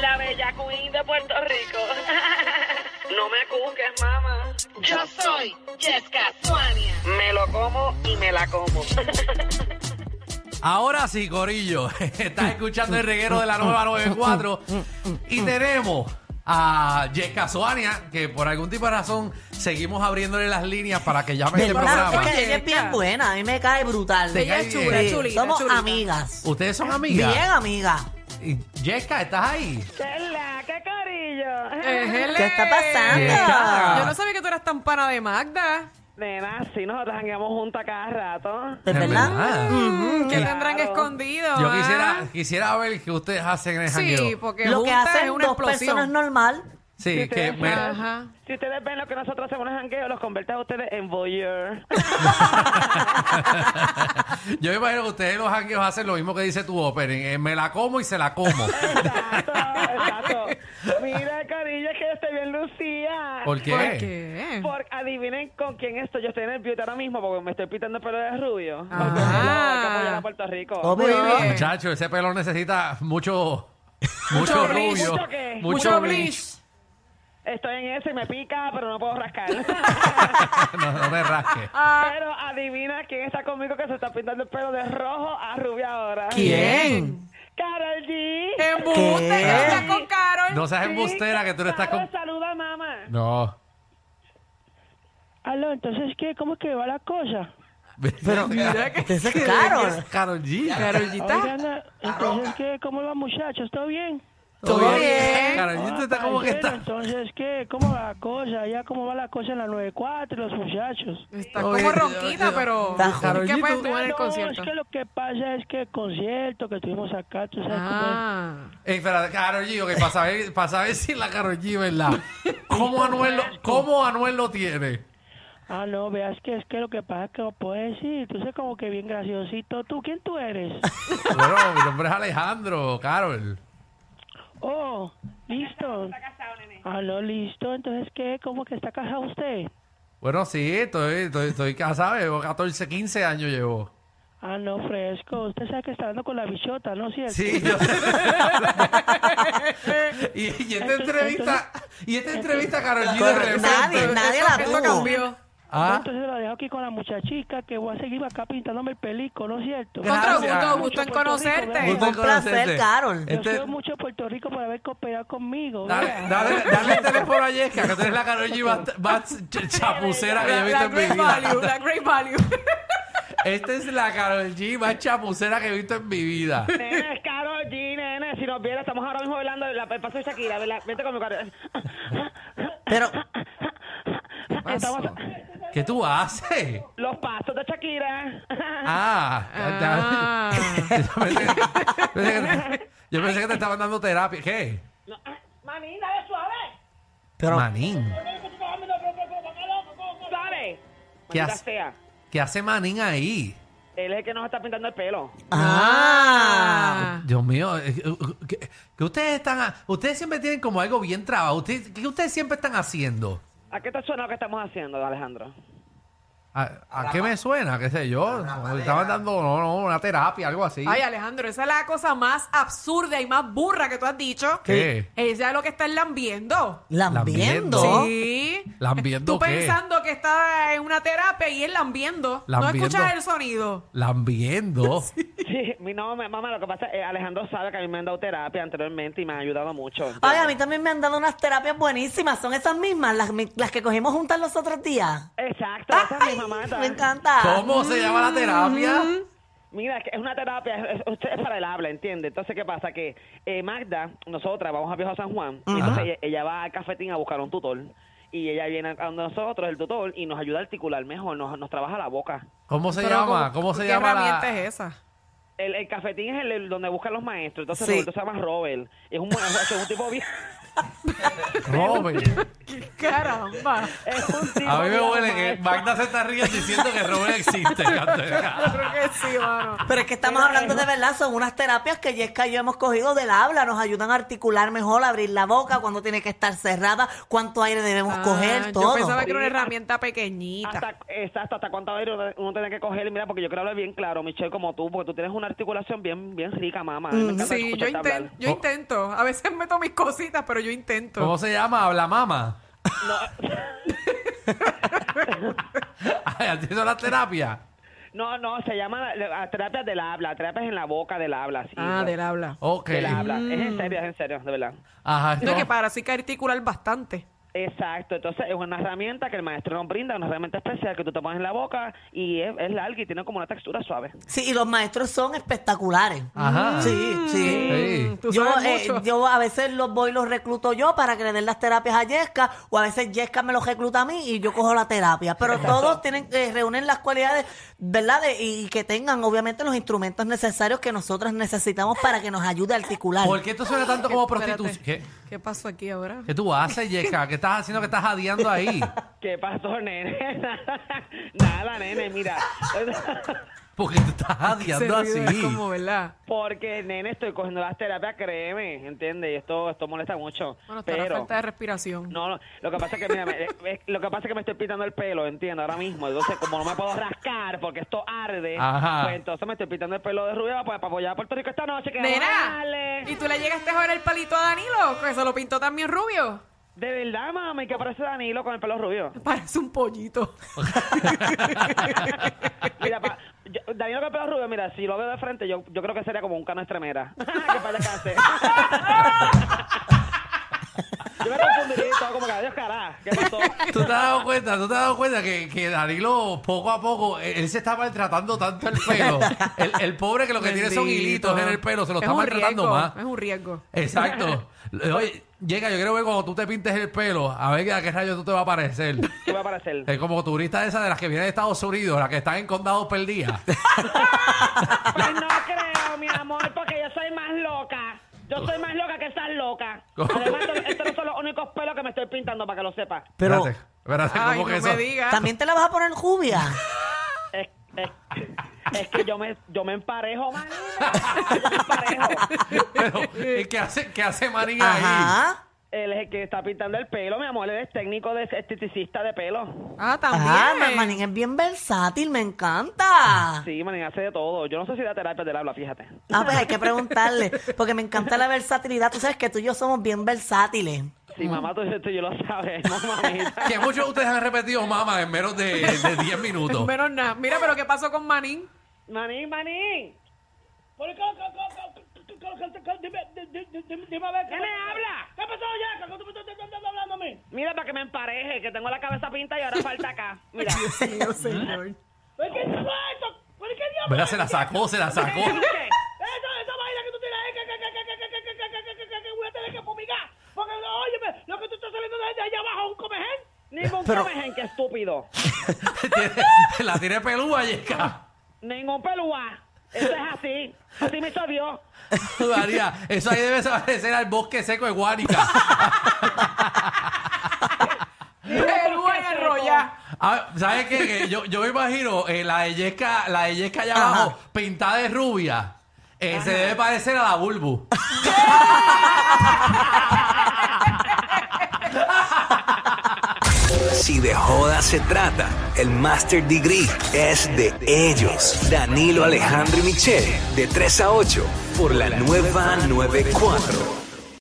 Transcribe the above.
la Queen de Puerto Rico. No me cuques, mamá. Yo soy Jessica Suania. Me lo como y me la como. Ahora sí, Corillo, estás escuchando el reguero de la nueva 94 y tenemos a Jessica Soania, que por algún tipo de razón seguimos abriéndole las líneas para que llame a este Del programa. programa. Es que ella es bien buena, a mí me cae brutal. Te cae bien. Sí, Somos amigas. Ustedes son Bien amigas. amigas. Y Jessica, ¿estás ahí? ¿Qué la? ¿Qué corillo? ¿Qué está pasando? Jessica. Yo no sabía que tú eras tan pana de Magda. Nena, sí, nosotros jangueamos juntas cada rato. ¿De Es verdad? verdad. Mm-hmm. que Claro. tendrán escondido? Yo ah? quisiera, quisiera ver qué ustedes hacen en el Sí, jangueo. porque Lo que juntas es hacen una dos explosión. personas normal. Sí, que me- Ajá. Si ustedes ven lo que nosotros hacemos en jangueo, los convierten a ustedes en voyeur. Yo me imagino que ustedes en los jangueos hacen lo mismo que dice tu opening. eh, me la como y se la como. Exacto, exacto. Mira, cariño, que yo estoy bien lucía. ¿Por qué? ¿Por qué? Por, adivinen con quién estoy. Yo estoy en el beauty ahora mismo porque me estoy pintando el pelo de rubio. Ah. Porque me lo- hay que apoyar a Puerto Rico. Oh. Obvio. bien. Ah, Muchacho, ese pelo necesita mucho, mucho Mucho bleach. rubio, ¿Mucho qué? mucho bleach. Estoy en eso y me pica, pero no puedo rascar. no, no te rasques. pero adivina quién está conmigo que se está pintando el pelo de rojo a rubia ahora. ¿Quién? Carol G. Embuste, ¿Qué? que está con Carol. No seas embustera que tú no estás Carol, con... saluda, mamá. No. Aló, entonces, ¿qué? ¿Cómo es que va la cosa? Pero mira que- Ese es Carol. Carol G. Carol G está- Oigan, entonces, ¿qué? ¿Cómo va, muchachos? ¿Todo bien? Ah, todo bien. Carol G tú estás como que Parcero, está... Entonces, ¿qué? ¿Cómo va la cosa? ¿Ya cómo va la cosa en la 94, los muchachos? Está Oye, como ronquita, oye, pero... Está Carol ¿Qué G, puedes tú- estuvo en el No, concierto? es que lo que pasa es que el concierto que tuvimos acá, tú sabes Ah. Ey, espérate, Carol G, ok, para saber, para saber si es la Carol G, ¿verdad? ¿Cómo Anuel lo, cómo Anuel lo tiene? cómo es. Ah, no, veas que es que lo que pasa es que lo puedo decir. Tú eres como que bien graciosito. ¿Tú quién tú eres? Bueno, mi nombre es Alejandro, Carol. Oh, listo. Ah, no, listo. Entonces, ¿qué? ¿Cómo que está casado usted? Bueno, sí, estoy, estoy, estoy casado, llevo 14, 15 años llevo. Ah, no, fresco. Usted sabe que está hablando con la bichota, ¿no es cierto? Sí, yo y, y esta entrevista, y esta entrevista Carol G de repente. Nadie, nadie la Esto tuvo. cambió. Ah, Entonces lo dejo aquí con la muchachica que voy a seguir acá pintándome el pelico, ¿no es cierto? Contra Gracias. gusto, gusto en Mucho Puerto Rico, conocerte. gusto en Un placer, conocerte. Carol. Yo Este- quiero mucho a Puerto Rico por haber cooperado conmigo. dale, vea. dale, dale el teléfono a Yesca, que tú eres la Carol G más, más ch- chapucera que yo he visto La en mi great vida. value, la great value. Esta es la Carol G más chapucera que he visto en mi vida. Nene, es Karol G, nene. Si nos viera, estamos ahora mismo hablando del paso de Shakira. ¿verdad? Vente conmigo. Karol. Pero, Estamos ¿Qué tú haces? los pasos de Shakira. Ah, Ah. yo, pensé, yo pensé que te estaban dando terapia. ¿Qué? Mami, dale suave. pero, Manín. Suave. ¿Qué Maldita hace? sea. ¿Qué hace Manín ahí? Él es el que nos está pintando el pelo. ah, Ah. Dios mío, eh, eh, eh, que, que ustedes están, a- ustedes siempre tienen como algo bien trabado. Ustedes, ¿Qué ustedes siempre están haciendo? ¿A qué te suena lo que estamos haciendo, Alejandro? ¿A, a qué me suena? ¿Qué sé yo? Estaban dando no, no, una terapia, algo así. Ay, ah. Alejandro, esa es la cosa más absurda y más burra que tú has dicho. ¿Qué? Esa es lo que están lambiendo. lambiendo. ¿No? Sí. ¿Lambiendo Tú qué? pensando que está en una terapia y él lambiendo. Lambiendo. No escuchas el sonido. Lambiendo. Sí, mi no, ma- mamá, lo que pasa es que Alejandro sabe que a mí me han dado terapia anteriormente y me ha ayudado mucho. Ay, a mí también me han dado unas terapias buenísimas. Son esas mismas, las, mi- las que cogimos juntas los otros días. Exacto, esa es mi mamá. Me encanta. ¿Cómo se llama la terapia? Mm. Mira, es que es una terapia, es, es- usted es para el habla, ¿entiende? Entonces, ¿qué pasa? Que eh, Magda, nosotras vamos a Viejo San Juan, y entonces ella, ella va al cafetín a buscar un tutor, y ella viene a donde nosotros, el tutor, y nos ayuda a articular mejor, nos, nos trabaja la boca. ¿Cómo se Pero llama? como- ¿Cómo se ¿Qué llama herramienta la? es esa? El, el cafetín es el, el donde buscan los maestros, entonces Sí. Roberto se llama Robert, es un, es un tipo bien... Robert. Caramba. Es un tipo A mí me bien huele que maestro. Magda se está riendo diciendo que Robert existe. canto. Creo que sí, mano. Pero es que estamos hablando de verdad, son unas terapias que Jessica y yo hemos cogido del habla, nos ayudan a articular mejor, abrir la boca, cuándo tiene que estar cerrada, cuánto aire debemos Ah, coger, Yo todo. pensaba que era una Sí, herramienta pequeñita. Hasta, exacto, hasta cuánto aire uno- uno tiene que coger. Mira, porque yo quiero hablar bien claro, Michelle, como tú, porque tú tienes una articulación bien bien rica, mamá. A mí me encanta Sí, yo, escucharte hablar. inten- yo intento. A veces meto mis cositas, pero yo intento. Oh. ¿Cómo se llama? Habla mama. Ay, ¿a ti eso es la terapia? No, no, se llama la- la terapia del habla, terapias en la boca del habla. sí, Ah, la- del habla. Ok. del habla. Es en serio, es en serio, de Mm. verdad. Ajá. No, no. que para sí que articular bastante. Exacto, entonces es una herramienta que el maestro nos brinda, una herramienta especial que tú te pones en la boca y es, es larga y tiene como una textura suave. Sí, y los maestros son espectaculares. Mm. Mm. Ajá. Sí, sí. Sí. Tú Yo, sabes eh, mucho. yo a veces los voy y los recluto yo para que le den las terapias a Yesca, o a veces Yesca me los recluta a mí y yo cojo la terapia. Pero todos tienen que reúnen las cualidades, ¿verdad? De- y que tengan, obviamente, los instrumentos necesarios que nosotras necesitamos para que nos ayude a articular. ¿Por qué tú suena tanto como Espérate. prostitución? ¿Qué? ¿Qué pasó aquí ahora? ¿Qué tú haces, Yeka? ¿Qué estás haciendo que estás jadeando ahí? ¿Qué pasó, nene? Nada, nene, mira. Porque te estás jadeando Ese ruido así. Es como, ¿verdad? Porque, nene, estoy cogiendo las terapias, créeme, ¿entiendes? Y esto, esto molesta mucho. Bueno, está la pero... falta de respiración. No, no, lo que pasa es que, mira, me- es- lo que pasa es que me estoy pintando el pelo, entiendo, ahora mismo. Entonces, como no me puedo rascar porque esto arde, Ajá. pues entonces me estoy pintando el pelo de rubia para, para apoyar a Puerto Rico esta noche. Que Nena, vale. ¿y tú le llegaste a joder el palito a Danilo? Que se lo pintó también rubio. De verdad, mami, que aparece Danilo con el pelo rubio. Parece un pollito. Mira, pa, yo- Danilo con el pelo rubio, mira, si lo veo de frente, yo, yo creo que sería como un cano estremera. que para descanse. yo me confundiría y todo como que, adiós, carajo, ¿qué pasó? ¿Tú te has dado cuenta? ¿Tú te has dado cuenta que, que Danilo poco a poco, e, él, él se está maltratando tanto el pelo? El, el pobre que lo que tiene son Bendito. hilitos en el pelo, se lo Es está un maltratando riesgo, más. Es un riesgo. Exacto. Oye, llega, yo creo que cuando tú te pintes el pelo, a ver a qué rayo tú te vas a parecer. ¿Qué va a aparecer? Es como turista esa de las que vienen de Estados Unidos, las que están en condados perdidas. Pues no creo, mi amor, porque yo soy más loca. Yo soy más loca que esas locas. ¿Cómo? Además, esto- estos no son los únicos pelos que me estoy pintando, para que lo sepa. Pero espérate, espérate, Ay, ¿cómo no que eso? me digas. también te la vas a poner rubia. Es, es, es que yo me, yo me emparejo, manita. Yo me emparejo. Pero, ¿y ¿qué hace, qué hace Marín ahí? Ajá. Él es el que está pintando el pelo, mi amor. Él es técnico de esteticista de pelo. Ah, Ajá, también. Ma- Manín es bien versátil, me encanta. Sí, manín, hace de todo. Yo no sé si da terapia del habla, fíjate. Ah, pues hay que preguntarle, porque me encanta la versatilidad. Tú sabes que tú y yo somos bien versátiles. Sí, mamá, tú, tú yo lo sabes, ¿no, mamita? Que muchos de ustedes han repetido mamá en menos de, de 10 minutos. Menos nada. Mira, pero ¿qué pasó con Manín? Manín, manín. Por co- co- co- co- co- co- co- co- Dime di- di- di- dime a ver. ¿qué ¿Quién le pasó? habla? ¿Qué pasó, Yaca? ¿Cómo tú me estás estás hablando a mí? Mira, para que me empareje, que tengo la cabeza pinta y ahora falta acá. Mira. Dios señor. ¿Pero ¿Qué es esto? ¿Pero ¿Qué diablos? ¿Verdad? Se la sacó, se la sacó. Esa, esa vaina que tú tienes ahí, que, que, que, que, que, que, que, que, que, que, que, que, que voy a tener que fumigar. Porque, óyeme, lo que tú estás saliendo desde allá abajo es un comején. Ningún Pero- comején, qué estúpido. Tiene- la tiene pelúa, Yeka. Ningún pelúa. Eso es así. Así me hizo Dios. María, eso ahí debe parecer al bosque seco de Guánica. Perú en el Royal. Ah, ¿Sabes qué? Que yo, yo me imagino eh, la de Yesca, la de Yesca allá Ajá. abajo, pintada de rubia. eh, se debe parecer a la Bulbu. Si de joda se trata, el Master Degree es de ellos. Danilo Alejandro y Michelle, de 3 a 8, por la nueva 94.